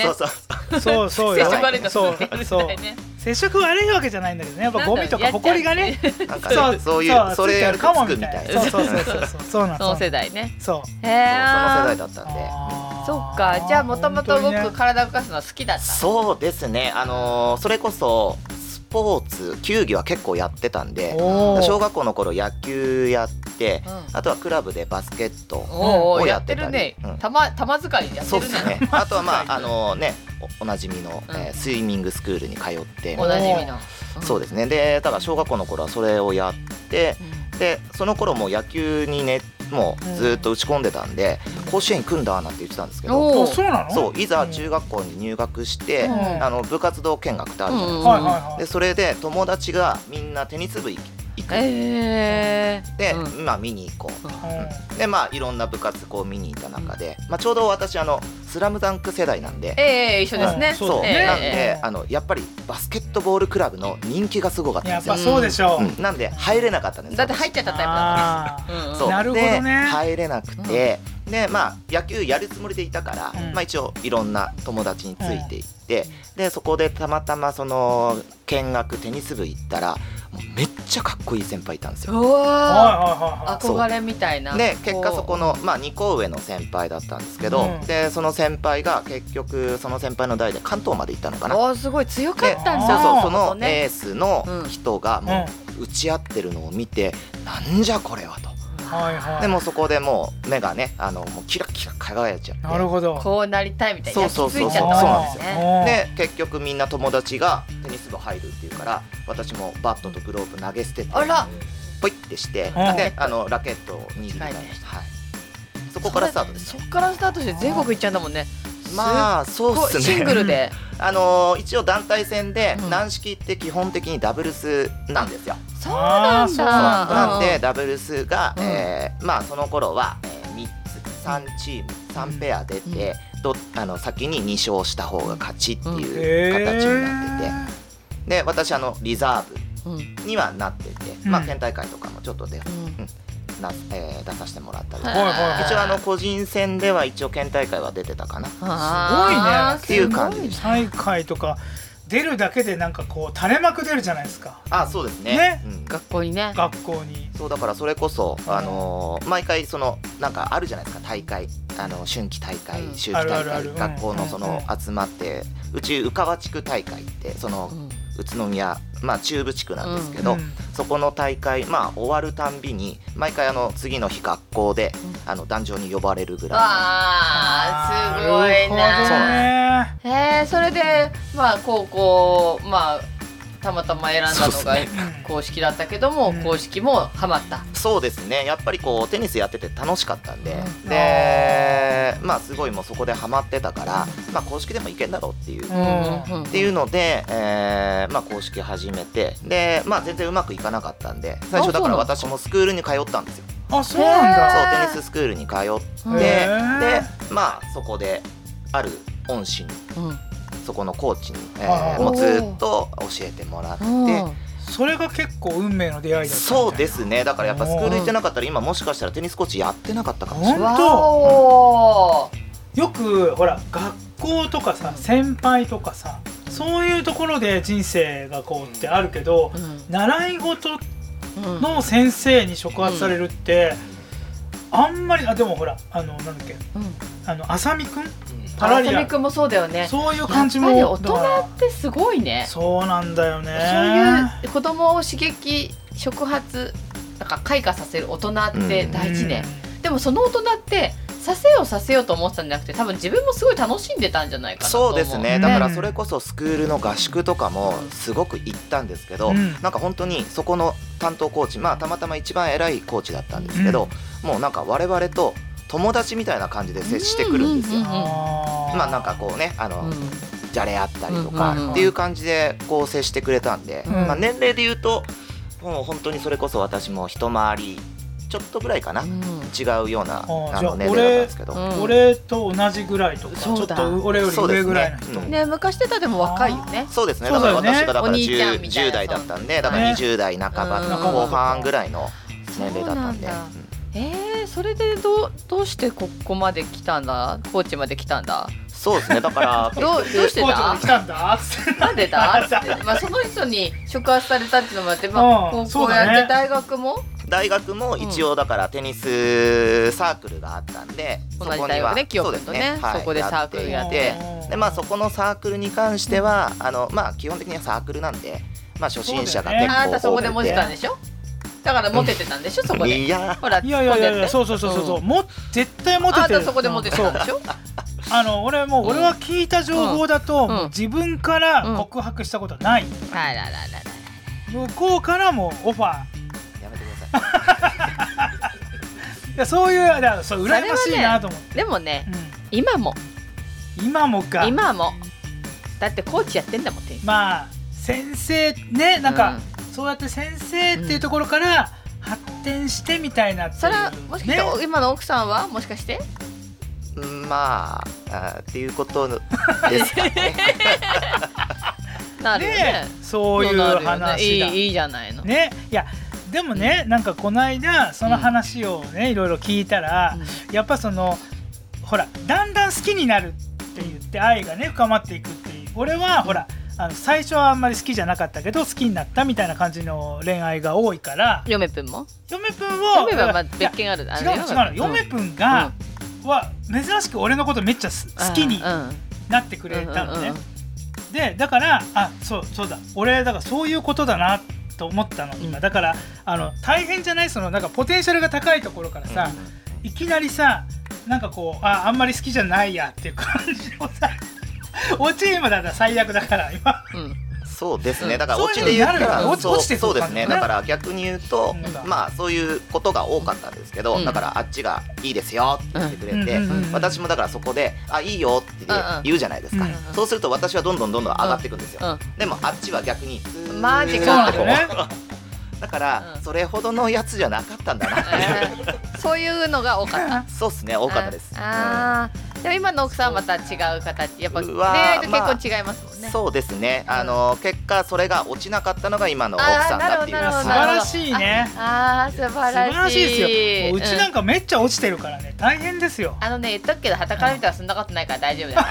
Speaker 2: だ
Speaker 3: そ
Speaker 2: よ
Speaker 3: う
Speaker 2: ね
Speaker 3: そ
Speaker 1: そうそう
Speaker 3: うそう
Speaker 2: 接
Speaker 1: よ
Speaker 2: 触悪いと
Speaker 1: そう
Speaker 2: ふーってやる時
Speaker 1: そう
Speaker 2: 代ね
Speaker 1: 接触悪いわけじゃないんだけどねやっぱゴミとか
Speaker 2: なんだろう
Speaker 1: 埃がね
Speaker 3: なんかねそういうそれやるとつくみたいな
Speaker 1: そうそうそうそうそうそうなん
Speaker 2: その世代ね
Speaker 1: そう
Speaker 2: へ
Speaker 3: そうその世代
Speaker 2: え
Speaker 3: だったんで
Speaker 1: あー
Speaker 2: そっかじゃあもともと
Speaker 1: 本当に
Speaker 2: 僕
Speaker 1: ね
Speaker 2: 体動かすのは好きだった
Speaker 3: そうですねあのーそれこそスポーツ球技は結構やってたんで
Speaker 1: おー
Speaker 3: 小学校の頃野球やって、
Speaker 2: うん
Speaker 3: あとはクラブでバスケット
Speaker 2: おーお
Speaker 3: を
Speaker 2: ーや
Speaker 3: や
Speaker 2: っ
Speaker 3: ってて
Speaker 2: る
Speaker 3: たり
Speaker 2: ね
Speaker 3: うん
Speaker 2: 玉玉づかりやって
Speaker 3: そう
Speaker 2: る
Speaker 3: で
Speaker 2: ね
Speaker 3: すねあとはまああ
Speaker 1: はい
Speaker 3: のねおおなじみの、えー
Speaker 2: うん
Speaker 3: スイミングスクールに通って
Speaker 2: おなじみの
Speaker 3: そうですねでだから小学校の頃はそれをやってでその頃もう野球にねもうずーっと打ち込んでたんで甲子園行くんだなんて言ってたんですけど
Speaker 2: お
Speaker 1: あそうなの
Speaker 3: そういざ中学校に入学して、
Speaker 1: うん
Speaker 3: あの部活動見学ってあるじゃないですか、
Speaker 1: はいはいはい
Speaker 3: でそれで友達がみんなテニス部行行くん
Speaker 2: ええ
Speaker 3: で、
Speaker 2: うん
Speaker 3: まあ見に行こう
Speaker 1: うん
Speaker 3: でまあいろんな部活こう見に行った中で、まあ、ちょうど私あのスラムダンク世代なんで、
Speaker 2: ええ一緒ですね
Speaker 1: うん
Speaker 3: そう
Speaker 1: そうだよね
Speaker 3: なんで、
Speaker 1: ええ
Speaker 3: あのやっぱりバスケットボールクラブの人気がすごかった
Speaker 1: や
Speaker 3: ん
Speaker 1: っ
Speaker 3: ですよ
Speaker 1: ぱ、そうでしょう、
Speaker 3: うんなんで入れなかったんですよ
Speaker 2: だって入っちゃったタイプだか
Speaker 1: あ
Speaker 2: らうん
Speaker 3: そう
Speaker 1: なるほどね
Speaker 3: で入れなくて、でまあ野球やるつもりでいたから、
Speaker 1: うん
Speaker 3: まあ、一応いろんな友達についていって、でそこでたまたまその見学テニス部行ったらもうめっちゃかっこいい先輩いたんですよ。
Speaker 2: う
Speaker 1: はい
Speaker 2: わ
Speaker 1: はい
Speaker 2: ー
Speaker 1: は
Speaker 2: 憧れみたいな
Speaker 3: で結果そこの、まあ、2校上の先輩だったんですけど、
Speaker 1: うん
Speaker 3: でその先輩が結局その先輩の代で関東まで行ったのかな。
Speaker 2: おーすごい強かったん
Speaker 1: ね
Speaker 2: だ
Speaker 3: そうそう
Speaker 1: あー
Speaker 3: その
Speaker 2: ね
Speaker 3: エースの人が
Speaker 1: いはい。
Speaker 3: もう打ち合ってるのを見て、なんじゃこれはと
Speaker 1: うんはいはい。
Speaker 3: でもうそこでもう目がねあのもうキラキラ輝いちゃって
Speaker 1: なるほど。
Speaker 2: こうなりたいみたいな
Speaker 3: そう
Speaker 2: 焼き
Speaker 3: そう
Speaker 2: 付
Speaker 3: そう
Speaker 2: いちゃ
Speaker 3: そ
Speaker 2: っ
Speaker 3: う
Speaker 2: た
Speaker 3: そう
Speaker 2: わ
Speaker 3: なん
Speaker 2: けです
Speaker 3: です
Speaker 2: ね
Speaker 3: よ
Speaker 1: よ
Speaker 3: で結局みんな友達がテニス部入るっていうから私もバットとグローブ投げ捨てて
Speaker 2: あら
Speaker 3: ポイってして
Speaker 1: うん
Speaker 3: であのラケットを握りながら、
Speaker 2: 近
Speaker 3: はい
Speaker 2: いね、
Speaker 3: そこからスタートです
Speaker 2: そっからスタートして全国行っちゃうんだもんね
Speaker 3: まあ
Speaker 2: す
Speaker 3: そ
Speaker 2: っご
Speaker 3: う
Speaker 2: い
Speaker 3: っすね
Speaker 2: シングルで
Speaker 3: あのー一応団体戦で
Speaker 2: うん
Speaker 3: 軟式って基本的にダブルスなんですよ。
Speaker 2: そうなん
Speaker 3: そう
Speaker 2: だ
Speaker 3: なんでダブルスが、
Speaker 2: うん
Speaker 3: えーまあその頃は、えー、3つ3チーム3ペア出て、どあの先に2勝した方が勝ちっていう形になってて、で私あのリザー
Speaker 2: うんうん
Speaker 3: ブにはなってて、
Speaker 1: うん
Speaker 3: まあ県大会とかもちょっとで、
Speaker 2: うん
Speaker 3: なえー出させてもらったりと
Speaker 1: い
Speaker 3: か。
Speaker 1: はいはい
Speaker 3: 一応あの個人戦では一応県大会は出てたかな。
Speaker 2: あー
Speaker 1: す
Speaker 3: ごいねっていう感じ
Speaker 2: すごい
Speaker 1: 大
Speaker 2: ね
Speaker 1: 会とか出るだけでなんかこう垂れ幕出るじゃないですか。
Speaker 3: あ、そうですね。
Speaker 1: ね
Speaker 3: うん
Speaker 2: 学校にね
Speaker 1: 学校に。
Speaker 3: そうだからそれこそ、
Speaker 1: うん
Speaker 3: あのー毎回そのなんかあるじゃないですか大会あの春季大会
Speaker 2: うん
Speaker 3: 秋季大会、
Speaker 1: あるあるあるうん
Speaker 3: 学校のその集まって、うち宇川地区大会ってその
Speaker 2: うん
Speaker 3: 宇都宮まあ中部地区なんですけど、
Speaker 1: うん
Speaker 3: そこの大会まあ終わるたんびに毎回あの次の日学校で、あの壇上に呼ばれるぐら
Speaker 2: わあすごい
Speaker 1: なるほど
Speaker 2: な
Speaker 1: ね
Speaker 2: へえそれでまあ高校まあたまたま選んだ
Speaker 3: そ
Speaker 2: の
Speaker 3: う
Speaker 2: が
Speaker 3: で
Speaker 1: うん
Speaker 2: 公式だったけども、
Speaker 1: うん
Speaker 2: 公式もハマった、
Speaker 3: いそうですねやっぱりこうテニスやってて楽しかったんで、
Speaker 2: う
Speaker 3: でまあすごいもうそこでハマってたから、まあ公式でもいけんだろうっていう
Speaker 1: うん
Speaker 2: っ
Speaker 3: っていうので、えーまあ、公式始めてで、まあ、全然うまくいかなかったんで最初だから
Speaker 2: あそうなんです
Speaker 3: 私もスクールに通ったんですよ
Speaker 1: あ、そうなん
Speaker 2: へ
Speaker 3: そ
Speaker 1: だ。
Speaker 3: うテニススクールに通ってで
Speaker 1: へー
Speaker 3: まあそこである恩師にそこのコーチに、え
Speaker 1: あ
Speaker 3: ー
Speaker 1: ー
Speaker 3: もうずっと教えてもらって。
Speaker 1: それが結構運命の出会いだったみたいな。
Speaker 3: そうですねだからやっぱスクール行ってなかったら今もしかしたらテニスコーチやってなかったかもしれない
Speaker 1: ほん
Speaker 2: わ
Speaker 1: と
Speaker 2: お
Speaker 1: よくほら学校とかさ先輩とかさそういうところで人生がこうってあるけど、習い事の先生に触発されるって、あんまりあでもほらあのなんだっけあの浅見くんパラ
Speaker 2: 荒
Speaker 1: リア
Speaker 2: みくんもそうだよね
Speaker 1: そういう感じも
Speaker 2: やっぱり大人
Speaker 1: だから
Speaker 2: ってすごいね
Speaker 1: そうなんだよね
Speaker 2: そういう子供を刺激触発なんか開花させる大人って大事ね、でもその大人ってさせようさせようと思ってたんじゃなくて多分自分もすごい楽しんでたんじゃないかなと思
Speaker 3: そううですね
Speaker 1: ん
Speaker 3: だからそれこそスクールの合宿とかもすごく行ったんですけど、
Speaker 1: うん
Speaker 3: なんか本当にそこの担当コーチまあたまたま一番偉いコーチだったんですけど、もうなんか我々と友達みたいな感じで接してくるんですよ。
Speaker 2: うん
Speaker 1: あー
Speaker 3: まあなんかこうねあの、
Speaker 2: うん
Speaker 3: じゃれ合ったりと
Speaker 2: うんうんうん
Speaker 3: かっていう感じでこう接してくれたんで、
Speaker 1: うん
Speaker 3: まあ、年齢で言うともう本当にそれこそ私も一回りちょっとぐらいかな、違うような
Speaker 1: ー
Speaker 3: あ
Speaker 1: じゃあ
Speaker 3: の年齢だったんですけど。
Speaker 2: うん
Speaker 1: 俺と同じぐらいとかちょ
Speaker 2: そ
Speaker 1: っ
Speaker 2: うだ
Speaker 1: と俺より
Speaker 3: そう
Speaker 1: 上
Speaker 3: ですね
Speaker 1: ぐらいの人、
Speaker 3: うん
Speaker 2: ね昔ってたでも若いよね
Speaker 3: そうですね
Speaker 1: そう
Speaker 3: だ
Speaker 1: だよ
Speaker 3: から
Speaker 1: ね
Speaker 3: 私がだか
Speaker 2: お
Speaker 3: ら
Speaker 2: 兄ちゃん
Speaker 3: 10,
Speaker 2: みたいな
Speaker 3: 10代だったんでだか
Speaker 1: ね
Speaker 3: ら20代半ば
Speaker 2: うん
Speaker 3: 後半ぐらいの
Speaker 2: そう
Speaker 3: 年齢だったんで
Speaker 2: なんだえー、それでどうどうしてここまで来たんだ高知まで来たんだ
Speaker 3: そうですねだから
Speaker 2: どうどうして
Speaker 1: コーチま
Speaker 2: た
Speaker 1: で来たんだっつって
Speaker 2: なんで だって、まあ、その人に触発されたっていうのもあって、まあ、
Speaker 1: うん
Speaker 2: 高
Speaker 1: そう
Speaker 2: 校
Speaker 1: だ
Speaker 2: や
Speaker 1: ね
Speaker 2: って大学も
Speaker 3: 大学も一応だからテニスサークルがあったんで、
Speaker 2: 同
Speaker 3: そ
Speaker 2: じ
Speaker 3: こ
Speaker 2: 大
Speaker 3: には
Speaker 2: 学ね清君とね
Speaker 3: うですはい
Speaker 2: そこでサークルやって
Speaker 3: やっていてでまあそこのサークルに関してはあのまあ基本的にはサークルなんでまあ初心者が
Speaker 1: そうだよね
Speaker 3: 結構
Speaker 2: あなたそこで
Speaker 3: 多
Speaker 2: モ
Speaker 3: く
Speaker 2: テ
Speaker 3: て
Speaker 2: たんでしょだからモテてたんでしょそこで
Speaker 3: いや
Speaker 2: ほら
Speaker 1: いやいやいやいや
Speaker 2: 突っ
Speaker 1: そうそうそうそうそう、
Speaker 2: う
Speaker 1: も絶対モ
Speaker 2: 込んでって
Speaker 1: テ
Speaker 2: あな
Speaker 1: てる
Speaker 2: たそこでモテて
Speaker 1: そ
Speaker 2: た
Speaker 1: うん
Speaker 2: でしょ
Speaker 1: あの俺もう
Speaker 2: うん
Speaker 1: 俺は聞いた情報だと、
Speaker 2: ん
Speaker 1: もう自分から告白したことはない、
Speaker 2: あららら
Speaker 1: 向
Speaker 2: ら
Speaker 1: こうからもオファー
Speaker 3: やめてくださ
Speaker 1: いやそういうだからそう羨ましいなと思って、
Speaker 2: でもね今も
Speaker 1: うん今もか
Speaker 2: 今もだってコーチやってんだもんテニス
Speaker 1: まあ先生ねなんか、
Speaker 2: う
Speaker 1: そうやって先生っていうところから発展してみたいなっていう
Speaker 2: それはもしかして、
Speaker 1: ね
Speaker 2: 今の奥さんはもしかして
Speaker 3: いまああーっていうことです かね
Speaker 2: なるよね
Speaker 1: ねそういう
Speaker 2: なるよね
Speaker 1: 話だ
Speaker 2: いいいいじゃないの
Speaker 1: ねいやでもねなんかこの間その話をねいろいろ聞いたらやっぱそのほらだんだん好きになるって言って愛がね深まっていくっていう俺はほらあの最初はあんまり好きじゃなかったけど好きになったみたいな感じの恋愛が多いから
Speaker 2: 嫁ぷんも
Speaker 1: 嫁ぷんを
Speaker 2: 嫁はまあ
Speaker 1: いや
Speaker 2: 別件あるあ
Speaker 1: 違
Speaker 2: れ
Speaker 1: うの違うの嫁ぷんが、は珍しく俺のことめっちゃす好きになってくれたのね、でだからあそうそうだ俺だからそういうことだなと思ったの今、
Speaker 2: うん
Speaker 1: だからあの大変じゃないそのなんかポテンシャルが高いところからさ、いきなりさなんかこうああんまり好きじゃないやっていう感じをさ落ち今だったら最悪だから今
Speaker 3: そうです
Speaker 2: う
Speaker 3: ね
Speaker 2: ん
Speaker 3: だから
Speaker 1: そう
Speaker 3: 落
Speaker 1: いうの
Speaker 3: ちで
Speaker 1: に
Speaker 3: 言
Speaker 1: な
Speaker 3: った
Speaker 1: るから
Speaker 3: ら
Speaker 1: 落ち
Speaker 3: そう
Speaker 1: 落ちてくる
Speaker 3: そうですね
Speaker 1: 感じね
Speaker 3: だから逆に言うと
Speaker 1: うん
Speaker 3: まあそういうことが多かったんですけど
Speaker 2: うん
Speaker 3: だからあっちが「いいですよ」って言ってくれて
Speaker 1: うんうんうん
Speaker 3: 私もだからそこで「あいいよ」って言うじゃないですか
Speaker 1: うん
Speaker 2: うん
Speaker 3: そうすると私はどんどんどんどん上がっていくんですよでもあっちは逆に
Speaker 2: マジ
Speaker 1: そう
Speaker 2: か
Speaker 1: なんだよね
Speaker 3: だから
Speaker 2: うん
Speaker 3: それほどのやつじゃなかったんだなっていう
Speaker 2: そういうのが多かった
Speaker 3: そうですね多かったです
Speaker 2: ああでも今の奥さんはまた違う形やっぱ恋愛と結構違いますもんね
Speaker 3: そうですね
Speaker 2: ん
Speaker 3: あの結果それが落ちなかったのが今の奥さんだっていう
Speaker 2: あー
Speaker 1: 素
Speaker 2: なるほどな
Speaker 1: 晴
Speaker 2: るほど
Speaker 1: らしいね
Speaker 2: ああ素
Speaker 1: 素
Speaker 2: 晴らしい
Speaker 1: 晴らしいですよもううちなんかめっちゃ落ちてるからね大変ですよ
Speaker 2: あのね言っとくけど旗から見たらそんなことないから大丈夫だよ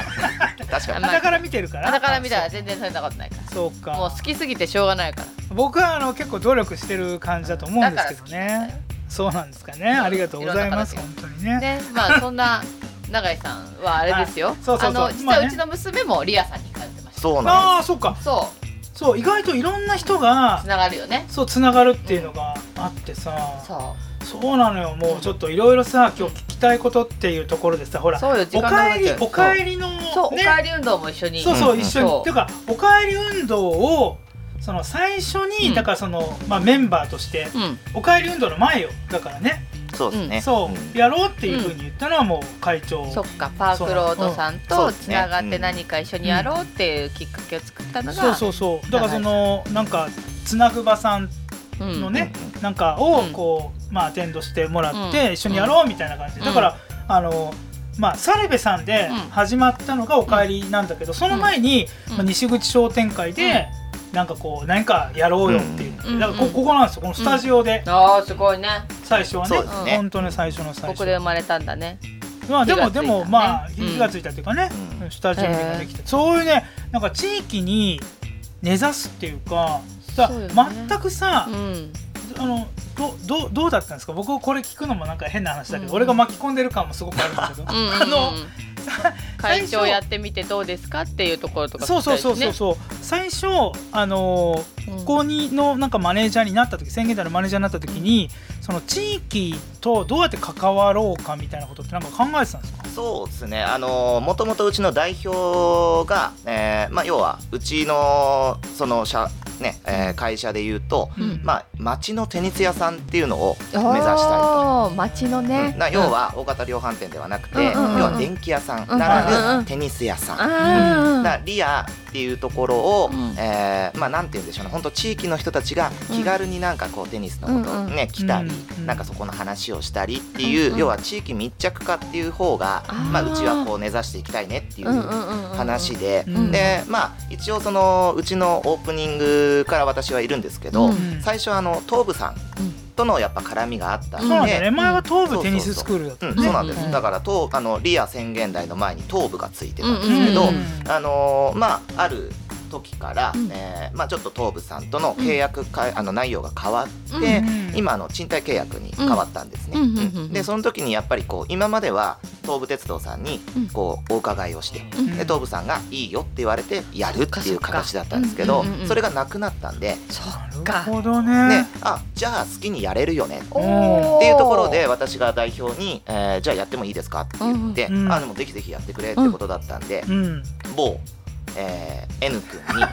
Speaker 3: 確かに
Speaker 2: まあ
Speaker 1: 鼻から見てるから
Speaker 2: 旗から見たら全然そんなことないか
Speaker 1: そうから
Speaker 2: もう好きすぎてしょうがないから
Speaker 1: 僕はあの結構努力してる感じだと思うんですけどね。そうなんですかね。ありがとうございます。
Speaker 2: いろ
Speaker 1: 本当にね。
Speaker 2: ねまあそんな永井さんはあれですよ
Speaker 1: あそうそうそう
Speaker 2: あの実
Speaker 1: まあ
Speaker 2: は
Speaker 1: ね
Speaker 2: うちの娘もリアさんに通ってました
Speaker 3: そうなん
Speaker 1: ああ、そうか。
Speaker 2: そう
Speaker 1: そう、意外といろんな人が
Speaker 2: つ。ながるよね
Speaker 1: そう、つながるっていうのがあってさ。
Speaker 2: そ
Speaker 1: そうなのよ。もうちょっといろいろさ、今日聞きたいことっていうところでさ、ほら。
Speaker 2: そうよ時
Speaker 1: お
Speaker 2: 間な
Speaker 1: か
Speaker 2: くな
Speaker 1: え
Speaker 2: っ
Speaker 1: り
Speaker 2: ちゃ、う
Speaker 1: おかえりの。
Speaker 2: うそう、おか
Speaker 1: ね。
Speaker 2: えり運動も一緒に
Speaker 1: そうそう、
Speaker 3: うん
Speaker 1: 一緒に。っていうか、おかえり運動を。その最初に、
Speaker 2: うん
Speaker 1: だからその、まあ、メンバーとして
Speaker 2: う、ん
Speaker 1: おかえり運動の前よ。だからね。
Speaker 3: そうですね
Speaker 1: そう、
Speaker 3: ん
Speaker 1: やろうっていうふうに言ったのはもう会長。
Speaker 2: そっかパークロードさん
Speaker 3: そうう
Speaker 2: と
Speaker 3: んそうです
Speaker 2: つ
Speaker 3: ね
Speaker 2: ながって何か一緒にやろうっていうきっかけを作ったのが
Speaker 1: そうそうそうだからそのなんかつなぐばさん
Speaker 2: うん
Speaker 1: のね
Speaker 3: うん
Speaker 1: なんかを
Speaker 2: うん
Speaker 1: こう、まあアテンドしてもらって、
Speaker 2: うん
Speaker 1: 一緒にやろうみたいな感じで、
Speaker 2: うん
Speaker 1: だからあのまあ猿部さんで
Speaker 2: うん
Speaker 1: 始まったのが「おかえり」なんだけど、その前に、
Speaker 2: うん
Speaker 1: まあ、西口商店会で、なんかこう何かやろうよっていう、
Speaker 2: うん
Speaker 1: だからこ
Speaker 2: うん
Speaker 1: ここなんですよこのスタジオで、
Speaker 2: ああすごいね
Speaker 1: 最初はね
Speaker 3: そうですね
Speaker 1: 本当に最初の最
Speaker 2: こ
Speaker 1: 初
Speaker 2: こで生まれたんだね
Speaker 1: まあでも
Speaker 2: 火がつい
Speaker 1: で
Speaker 2: た
Speaker 1: も
Speaker 2: ね
Speaker 1: まあ
Speaker 2: うん
Speaker 1: 火がついたっていうかね、
Speaker 3: うん
Speaker 1: スタジオができてそういうねなんか地域に根ざすっていうかさ
Speaker 2: そうよね
Speaker 1: 全くさ、
Speaker 2: うん
Speaker 1: あのどどどうだったんですか僕これ聞くのもなんか変な話だけど、
Speaker 2: うん
Speaker 1: 俺が巻き込んでる感もすごくあるんだけど、
Speaker 2: うんうんうん
Speaker 1: あの
Speaker 2: 会長
Speaker 1: 最初
Speaker 2: やってみてどうですかっていうところとか
Speaker 1: そうそうそう
Speaker 2: 聞き
Speaker 1: そ
Speaker 2: たいうし
Speaker 1: そう、最初あの
Speaker 2: ね
Speaker 1: ここにのなんかマネージャーになった時宣言台のマネージャーになった時にその地域とどうやって関わろうかみたいなことってなんか考えてたんですか
Speaker 3: そうですね、あのもともとうちの代表が、えーまあ、要はうちのその社、ねえー会社でいうと、
Speaker 2: うん
Speaker 3: まあ、町のテニス屋さんっていうのを目指
Speaker 2: うん
Speaker 3: したいと。
Speaker 2: おー街のね
Speaker 3: な要は大型量販店ではなくて、
Speaker 2: うんうんうんうん
Speaker 3: 要は電気屋さん
Speaker 2: うん
Speaker 3: な
Speaker 2: うん
Speaker 3: ら
Speaker 2: うん
Speaker 3: ぬテニス屋さん、
Speaker 2: うん
Speaker 3: だリアっていうところを、
Speaker 2: うん
Speaker 3: えーまあなんて言うんでしょうね本当地域の人たちが気軽になんかこうテニスのことを
Speaker 2: うん
Speaker 3: ね、来たり、
Speaker 1: うん
Speaker 3: なんかそこの話をしたりっていう、
Speaker 2: うんうん
Speaker 3: 要は地域密着化っていう方が
Speaker 2: あー
Speaker 3: まあうちはこう目指していきたいねっていう
Speaker 2: うんうん
Speaker 3: う
Speaker 2: うんうん
Speaker 3: 話で、
Speaker 1: うん
Speaker 3: でまあ一応そのうちのオープニングから私はいるんですけど、
Speaker 2: うん
Speaker 3: 最初はあの東武さん
Speaker 2: うん
Speaker 3: とのやっぱ絡みがあった
Speaker 1: そうんなんだよね、
Speaker 3: で。
Speaker 1: 前は東部テニススクールだった
Speaker 3: う
Speaker 1: よ
Speaker 3: ん、
Speaker 1: ね
Speaker 3: そうなんです、
Speaker 2: うん
Speaker 3: だから東あのリア宣言台の前に東武がついてたんで
Speaker 2: うん
Speaker 3: すけど、
Speaker 2: うん
Speaker 3: あのーまあある時から、
Speaker 2: うん
Speaker 3: えーまあ、ちょっと東武さんとの契約か、あの内容が変わって、
Speaker 1: うん
Speaker 3: 今あの賃貸契約に変わったんですね。
Speaker 2: うんうんうんうんうん
Speaker 3: でその時にやっぱりこう今までは東武鉄道さんに
Speaker 2: うん
Speaker 3: こうお伺いをして、
Speaker 2: うん
Speaker 3: で東武さんがいいよって言われてやるっていう形だったんですけ
Speaker 2: そっ
Speaker 3: ど
Speaker 2: かうんうんうんうん
Speaker 3: それがなくなったんで、
Speaker 2: そっ
Speaker 1: な
Speaker 2: か
Speaker 1: るほどね
Speaker 3: ね、あじゃあ好きにやれるよねっ
Speaker 2: おー
Speaker 3: ていうところで私が代表に、えーじゃあやってもいいですかって言って、
Speaker 1: うんうん
Speaker 3: あでもぜひぜひやってくれってことだったんで、
Speaker 1: うん
Speaker 3: 某、えー N 君に
Speaker 2: うん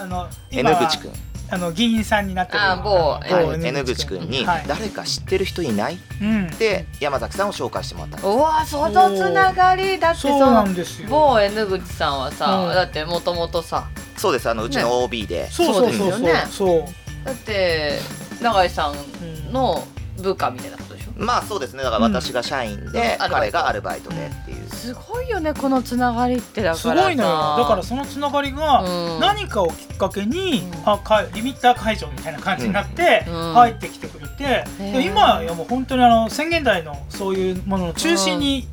Speaker 1: あの今
Speaker 3: N
Speaker 1: は
Speaker 3: 口くん、
Speaker 1: あの議員さんになってる
Speaker 2: あ某
Speaker 1: あの
Speaker 2: はい
Speaker 3: N 口くんに
Speaker 1: はい
Speaker 3: 誰か知ってる人いないっ
Speaker 1: うん、
Speaker 3: て山崎さんを紹介してもらったんです。
Speaker 2: うわそのつながりだって
Speaker 1: そ
Speaker 2: そう
Speaker 1: な
Speaker 2: の
Speaker 1: んですよ
Speaker 2: 某 N 口さんはさ、
Speaker 1: うん
Speaker 2: だってもともとさ
Speaker 3: そうですあのうちの OB で、
Speaker 1: そうそうそうそう
Speaker 2: そうですよね
Speaker 1: そう、
Speaker 2: だって永井さ
Speaker 1: うん
Speaker 2: んの部下みたいなことでしょ
Speaker 3: まあそうですねだから私が社員で、
Speaker 2: うん
Speaker 3: 彼がアルバイトでっていう。
Speaker 2: すすごいよねこのつながりってだから
Speaker 1: すごいのよだから
Speaker 2: さ
Speaker 1: そのつながりが
Speaker 2: うん
Speaker 1: 何かをきっかけに、
Speaker 2: うん
Speaker 1: あかリミッター解除みたいな感じになって
Speaker 2: うん
Speaker 1: 入ってきてくれて、
Speaker 2: へ
Speaker 1: で
Speaker 2: ー
Speaker 1: 今やもう本当にあの宣言台のそういうものの中心にい,、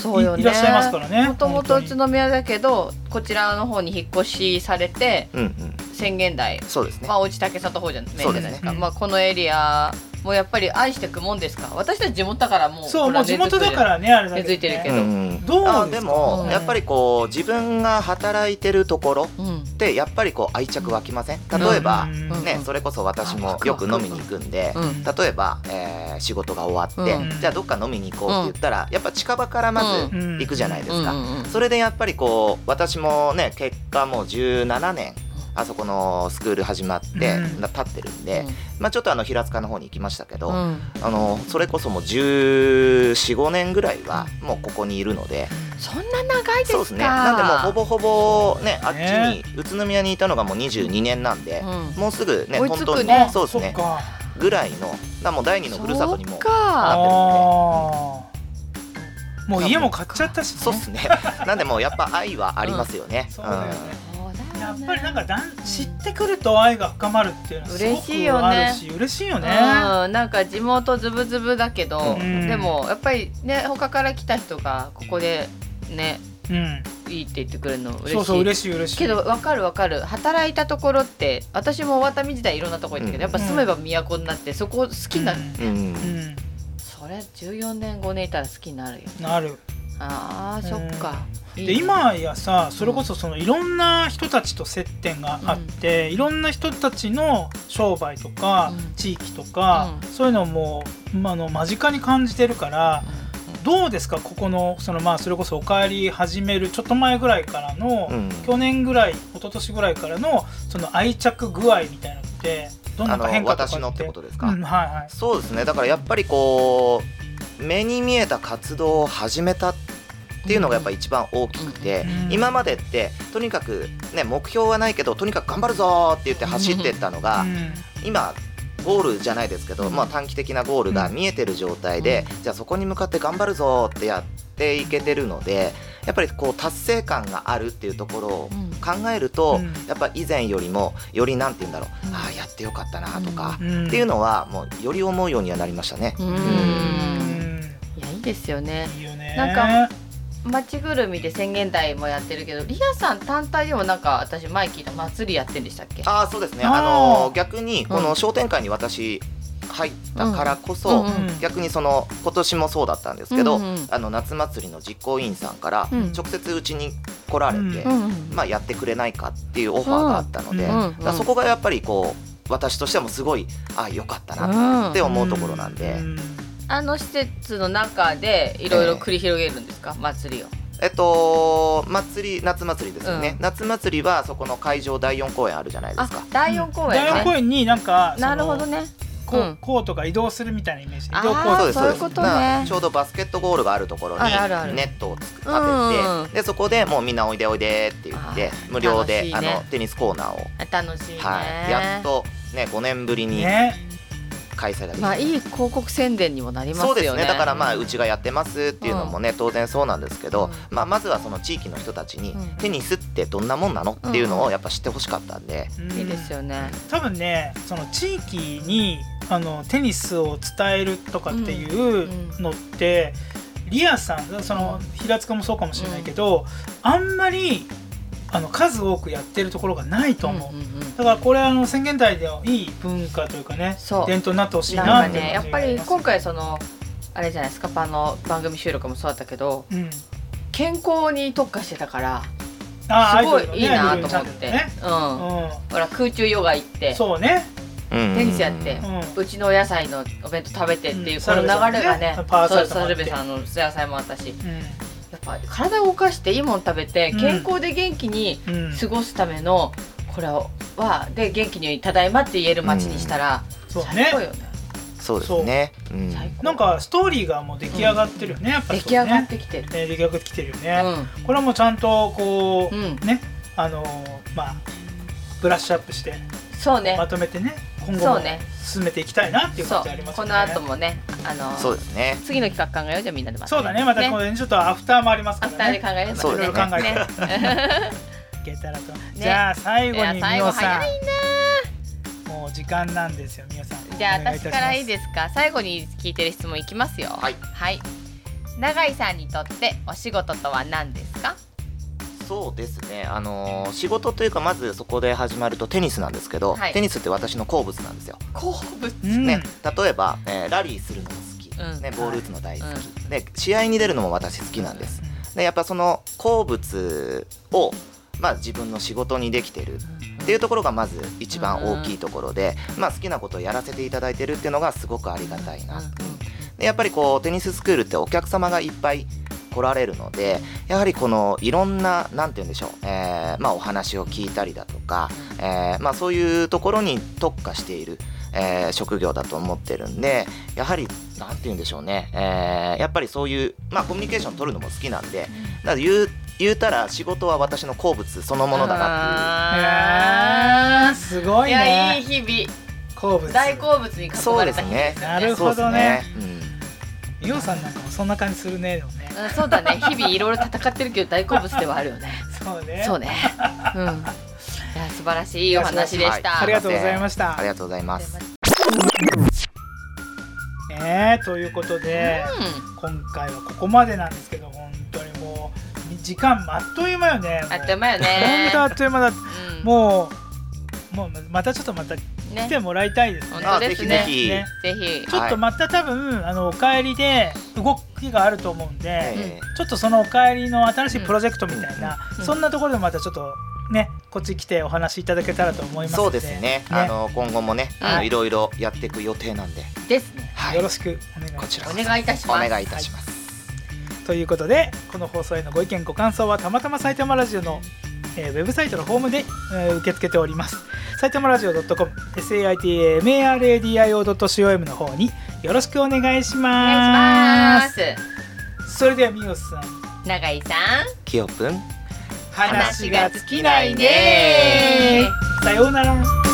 Speaker 2: そうよね
Speaker 1: いらっしゃいますからね。
Speaker 2: もともと
Speaker 1: 本
Speaker 2: 宇
Speaker 1: 当に
Speaker 2: 都宮だけどこちらの方に引っ越しされて
Speaker 3: うんうん
Speaker 2: 宣言台、
Speaker 3: そうですね
Speaker 2: まあおうち竹里方じゃないじゃないです
Speaker 1: そ
Speaker 2: か
Speaker 1: うですね
Speaker 2: まあ、このエリアもやっぱり愛してくもんですか私たち地元だからもう
Speaker 1: そうもう地元だかららねあれだけどね
Speaker 2: 根付いてるけ
Speaker 3: う
Speaker 2: ど
Speaker 3: んうん
Speaker 1: どうですか
Speaker 3: あでも
Speaker 2: うん
Speaker 3: やっぱりこう自分が働いてるところ
Speaker 2: うん
Speaker 3: ってやっぱりこう愛着湧きません例えば
Speaker 1: うん
Speaker 3: ねそれこそ私もよく飲みに行くんで
Speaker 2: うん
Speaker 3: 例えば、えー仕事が終わって、
Speaker 2: うん
Speaker 3: じゃあどっか飲みに行こうって言ったら、やっぱ近場からまず
Speaker 1: うん
Speaker 3: 行くじゃないです
Speaker 2: うん
Speaker 3: か、
Speaker 2: うんうん
Speaker 3: それでやっぱりこう私もね結果もう17年あそこのスクール始まって、
Speaker 1: うん
Speaker 3: な経ってるんで、まあ、ちょっとあの平塚の方に行きましたけど、
Speaker 2: うんうん
Speaker 3: あのそれこそもう1415年ぐらいはもうここにいるので、
Speaker 2: そんな長いですか
Speaker 3: そうですねなんでもうほぼほぼねあっち
Speaker 1: ね
Speaker 3: に宇都宮にいたのがもう22年なんで、
Speaker 2: うん
Speaker 3: もうすぐね
Speaker 2: 追い
Speaker 3: ト
Speaker 2: つ
Speaker 3: ン
Speaker 2: くね
Speaker 3: トンに
Speaker 1: あ
Speaker 3: そうですね
Speaker 1: っか
Speaker 3: ぐらいのだからもう第二のふるさとにも
Speaker 2: そっか
Speaker 1: あーもう家も買っちゃったしね
Speaker 3: そうっすね。なんでもうやっぱ愛はありますよね。
Speaker 1: そうだよね
Speaker 2: そうだよね
Speaker 1: やっぱりなんかだん知ってくると愛が深まるっていうのはすご
Speaker 2: 嬉
Speaker 1: く
Speaker 2: しいよね
Speaker 1: あるし嬉しいよね
Speaker 2: うん、なんか地元ズブズブだけど、
Speaker 1: うん
Speaker 2: でもやっぱりね他から来た人がここでね
Speaker 1: うん
Speaker 2: いいって言ってくれるの嬉しい
Speaker 1: そうそう嬉しい嬉しい
Speaker 2: けどわかるわかる働いたところって私も渡見時代いろんなとこ行ったけど、
Speaker 3: うん
Speaker 2: やっぱ住めば都になってそこ好きになる、
Speaker 3: うん。うん
Speaker 1: うんうん
Speaker 2: それ14年5年いたら好きになるよ
Speaker 1: なる
Speaker 2: あーそっか、いい
Speaker 1: で
Speaker 2: ね
Speaker 1: 今やさそれこそそのいろんな人たちと接点があって、いろんな人たちの商売とか、
Speaker 2: うん
Speaker 1: 地域とか、
Speaker 2: うん
Speaker 1: そういうのも、まあ、あの間近に感じてるからどうですかここのその、まあ、それこそ「おかえり」始めるちょっと前ぐらいからの、
Speaker 3: うん
Speaker 1: 去年ぐらい一昨年ぐらいからのその愛着具合みたいなのってどん
Speaker 3: あ
Speaker 1: な変
Speaker 3: の
Speaker 1: 化とかって
Speaker 3: 私のってことですか。
Speaker 1: うんはいはい
Speaker 3: そうですね。だからやっぱりこう目に見えた活動を始めたっていうのがやっぱ一番大きくて、
Speaker 1: うん
Speaker 3: 今までってとにかくね目標はないけどとにかく頑張るぞーって言って走ってったのが、
Speaker 1: うん
Speaker 3: 今ゴールじゃないですけど、まあ、短期的なゴールが見えてる状態で、じゃあそこに向かって頑張るぞってやっていけてるのでやっぱりこう達成感があるっていうところを
Speaker 2: うん
Speaker 3: 考える
Speaker 1: う
Speaker 3: と、
Speaker 1: ん
Speaker 3: やっぱ以前よりもよりなんて言うんだろう、
Speaker 2: うん
Speaker 3: ああやってよかったなとか、
Speaker 1: うん
Speaker 3: っていうのはもうより思うようにはなりましたね。
Speaker 2: う
Speaker 1: うん
Speaker 2: んいやいいですよね
Speaker 1: いいよね
Speaker 2: なん町ぐるみで宣言台もやってるけどリアさん単体でもなんか私前聞いた祭りやってんでしたっけ
Speaker 3: ああそうですね
Speaker 1: あー
Speaker 3: あのー逆にこ
Speaker 2: う
Speaker 3: の
Speaker 2: ん
Speaker 3: 商店会に私入ったからこ
Speaker 2: う
Speaker 3: そ、
Speaker 2: んうん
Speaker 3: 逆にその今年もそうだったんですけど、
Speaker 2: うんうん
Speaker 3: あの夏祭りの実行委員さんから
Speaker 2: うん
Speaker 3: 直接うちに来られて、
Speaker 1: うん
Speaker 2: うん
Speaker 3: まあ、やってくれないかっていうオファーがあったので、
Speaker 1: うん
Speaker 3: だか
Speaker 2: うん
Speaker 3: らそこがやっぱりこう私としてもすごいあよかったな
Speaker 2: うん
Speaker 3: って思うところなんで、
Speaker 1: うん
Speaker 2: あの施設の中でいろいろ繰り広げるんですか、祭りを。
Speaker 3: えっと祭り夏祭りですよね、
Speaker 2: うん
Speaker 3: 夏祭りはそこの会場第4公演あるじゃないで
Speaker 2: あ
Speaker 3: すか、
Speaker 2: 第四公演
Speaker 1: 第四
Speaker 2: ね。
Speaker 1: 公園になんか
Speaker 2: なるほど
Speaker 1: ね
Speaker 2: ね。
Speaker 1: こ
Speaker 2: う
Speaker 1: うんコートが移動するみたいなイメージ移
Speaker 2: あー
Speaker 1: 動コー
Speaker 3: そ
Speaker 1: ト
Speaker 3: うです
Speaker 2: そういう
Speaker 3: です
Speaker 2: こと
Speaker 3: だ
Speaker 2: ね
Speaker 3: からちょうどバスケットゴールがあるところに
Speaker 2: あるあるある
Speaker 3: ネットをつく立てて、
Speaker 2: うんうん
Speaker 3: でそこでもうみんなおいでおいでって言って
Speaker 2: あー
Speaker 3: 無料で、
Speaker 2: 楽しい
Speaker 3: あ
Speaker 2: ね
Speaker 3: のテニスコーナーを、
Speaker 2: 楽しいね。
Speaker 3: はい、やっと、ね、5年ぶりに
Speaker 1: ね
Speaker 3: 開催ができ
Speaker 2: ま
Speaker 3: ま
Speaker 2: あいい広告宣伝にもなります
Speaker 3: そ
Speaker 2: よ
Speaker 3: う
Speaker 2: ね。
Speaker 3: ですねだからまあうちがやってますっていうのもね、当然そうなんですけど、
Speaker 2: う
Speaker 3: まあ、まずはその地域の人たちに、
Speaker 2: うん
Speaker 3: テニスってどんなもんなのっていうのをやっぱ知ってほしかったんで、
Speaker 1: うん
Speaker 2: いいですよね。
Speaker 1: 多分ねその地域にあのテニスを伝えるとかっていうのって、リアさんその平塚もそうかもしれないけど、あんまりあの数多くやってるところがないと思う、
Speaker 2: うんうんうん
Speaker 1: だからこれあの宣言台ではいい文化というかね
Speaker 2: そう
Speaker 1: 伝統になってほしい
Speaker 2: な
Speaker 1: なんっ
Speaker 2: か
Speaker 1: て
Speaker 2: ねやっぱり今回そのあれじゃないですかあの番組収録もそうだったけど
Speaker 1: うん、
Speaker 2: 健康に特化してたから
Speaker 1: あー
Speaker 2: すごい
Speaker 1: アイドルのね
Speaker 2: いいな
Speaker 1: アイドル
Speaker 2: と
Speaker 1: チャン
Speaker 2: 思っ
Speaker 1: ネ
Speaker 2: て
Speaker 1: ルね。
Speaker 2: うん。ほら空中ヨガ行っ
Speaker 1: うん、
Speaker 2: て。
Speaker 1: そうね、
Speaker 3: うん
Speaker 2: テニスやって
Speaker 1: うん、
Speaker 2: うちのお野菜のお弁当食べてっていうう、
Speaker 1: ん
Speaker 2: この流れ
Speaker 1: サルベさ
Speaker 2: がね
Speaker 1: んねパーサルとか
Speaker 2: サルベさんのお野菜もあったし
Speaker 1: う
Speaker 2: やっぱ体を動かしていいもの食べて
Speaker 1: うん
Speaker 2: 健康で元気に
Speaker 1: んうん
Speaker 2: 過ごすためのこれはで元気に「ただいま」って言える街にしたら
Speaker 1: そう
Speaker 2: 最高
Speaker 1: ね
Speaker 2: よね
Speaker 3: そうですね、うん
Speaker 2: 最高
Speaker 1: なんかストーリーがもう出来上がってるよね、やっぱり
Speaker 2: 出
Speaker 1: そ
Speaker 2: 来
Speaker 1: う
Speaker 2: 上がっ
Speaker 1: ね
Speaker 2: てきてる
Speaker 1: ね出来上がってきてるよ
Speaker 2: う
Speaker 1: ね、
Speaker 2: ん
Speaker 1: これはもうちゃんとこう、
Speaker 2: うん
Speaker 1: ねあのーまあブラッシュアップして
Speaker 2: そうね
Speaker 1: まとめてね今後
Speaker 2: そ
Speaker 1: も
Speaker 2: うね
Speaker 1: 進めていきたいなっていう
Speaker 2: そ
Speaker 1: 感
Speaker 2: う
Speaker 1: じあります
Speaker 2: こ
Speaker 1: よね
Speaker 2: の後もねあの
Speaker 3: そうですね
Speaker 2: 次の企画考えようじゃあみんなでまた
Speaker 1: そうだねまたこれちょっとアフターもありますか
Speaker 2: ア
Speaker 1: ら
Speaker 2: フ
Speaker 1: ね
Speaker 2: ターで考えれば
Speaker 3: そうです
Speaker 1: い
Speaker 3: ね
Speaker 1: ろいろ
Speaker 2: ねね
Speaker 1: いけたらと、じゃあ最後に
Speaker 2: いや
Speaker 1: み
Speaker 2: 最
Speaker 1: お
Speaker 2: 後
Speaker 1: さ
Speaker 2: 早い
Speaker 1: んもう時間なんですよみおさん
Speaker 2: じゃあ私からいい
Speaker 1: す
Speaker 2: ですか最後に聞いてる質問いきますよ
Speaker 3: はい
Speaker 2: はい永井さんにとってお仕事とは何ですか
Speaker 3: そうですねあのー仕事というかまずそこで始まるとテニスなんですけど、
Speaker 2: はい
Speaker 3: テニスって私の好物なんですよ、
Speaker 2: 好物
Speaker 1: うん
Speaker 3: ね、例えば、えーラリーするのも好き、
Speaker 2: うん
Speaker 3: ね、ボール打つの大好き、
Speaker 2: う
Speaker 3: で試合に出るのも私好きなんですでやっぱその好物を、まあ、自分の仕事にできてるっていうところがまず一番大きいところで、まあ、好きなことをやらせていただいてるっていうのがすごくありがたいな、でやっぱりこうテニススクールってお客様がいっぱい来られるのでやはりこのいろんな何て言うんでしょう、えーまあ、お話を聞いたりだとか、えーまあ、そういうところに特化している、えー職業だと思ってるんでやはり何て言うんでしょうね、えーやっぱりそういう、まあ、コミュニケーション取るのも好きなんでだから言う言うたら仕事は私の好物そのものだなっ
Speaker 1: あー
Speaker 2: な
Speaker 1: すごい
Speaker 2: いやいい
Speaker 1: ね
Speaker 2: 日々
Speaker 1: 好物
Speaker 2: 大好物に囲
Speaker 3: ていうそ
Speaker 2: ま
Speaker 3: う
Speaker 2: れ
Speaker 3: で
Speaker 2: た
Speaker 3: す
Speaker 2: 日々
Speaker 3: ね
Speaker 1: なるほ
Speaker 3: そう
Speaker 1: ど
Speaker 3: ですね、
Speaker 1: みおさんなんかもそんな感じするねでもね
Speaker 2: うんそうだね日々いろいろ戦ってるけど大好物ではあるよね
Speaker 1: そうね
Speaker 2: そうねうんいや素晴らしいいいお話でした、
Speaker 1: ありがとうございまし
Speaker 3: うん、
Speaker 1: た
Speaker 3: ありがとうございます
Speaker 1: ねえということで、
Speaker 2: う
Speaker 1: 今回はここまでなんですけど本当にもう時間あっという間よね
Speaker 2: ん、あっという
Speaker 1: 間
Speaker 2: 間よね
Speaker 1: 本当あっという間だ
Speaker 2: うん
Speaker 1: もうもうまたちょっとまた来
Speaker 2: ね
Speaker 1: てもらいたいですね
Speaker 2: 本
Speaker 3: あ
Speaker 2: 当です
Speaker 3: ぜ
Speaker 2: ね
Speaker 3: ひぜ
Speaker 1: ね
Speaker 2: ぜひ
Speaker 1: ちょっとまた多分あのお帰りで動きがあると思うんで、
Speaker 3: えー
Speaker 1: ちょっとそのお帰りの新しいプロジェクトみたいな、
Speaker 2: うん
Speaker 1: そんなところでまたちょっとねこっち来てお話しいただけたらと思いますの
Speaker 3: そうですねあの今後もね、あ
Speaker 2: は
Speaker 3: の
Speaker 2: い
Speaker 3: いろいろやっていく予定なんで、
Speaker 2: ですね
Speaker 3: はい、
Speaker 1: よろしくお願いしま
Speaker 3: こ
Speaker 1: す
Speaker 3: ちら
Speaker 2: お願いいたし
Speaker 3: お
Speaker 2: ます
Speaker 3: 願いいたします。
Speaker 1: ということでこの放送へのご意見ご感想はたまたま埼玉ラジオの、えーウェブサイトのホームで、えー受け付けております埼玉ラジオ .com saitamaradio.com の方によろしくお願いし
Speaker 2: お
Speaker 1: ま
Speaker 2: 願い
Speaker 1: す
Speaker 2: します
Speaker 1: それではみおさん
Speaker 2: 永井さん
Speaker 3: きよぷん
Speaker 2: 話が尽きないね
Speaker 1: さようなら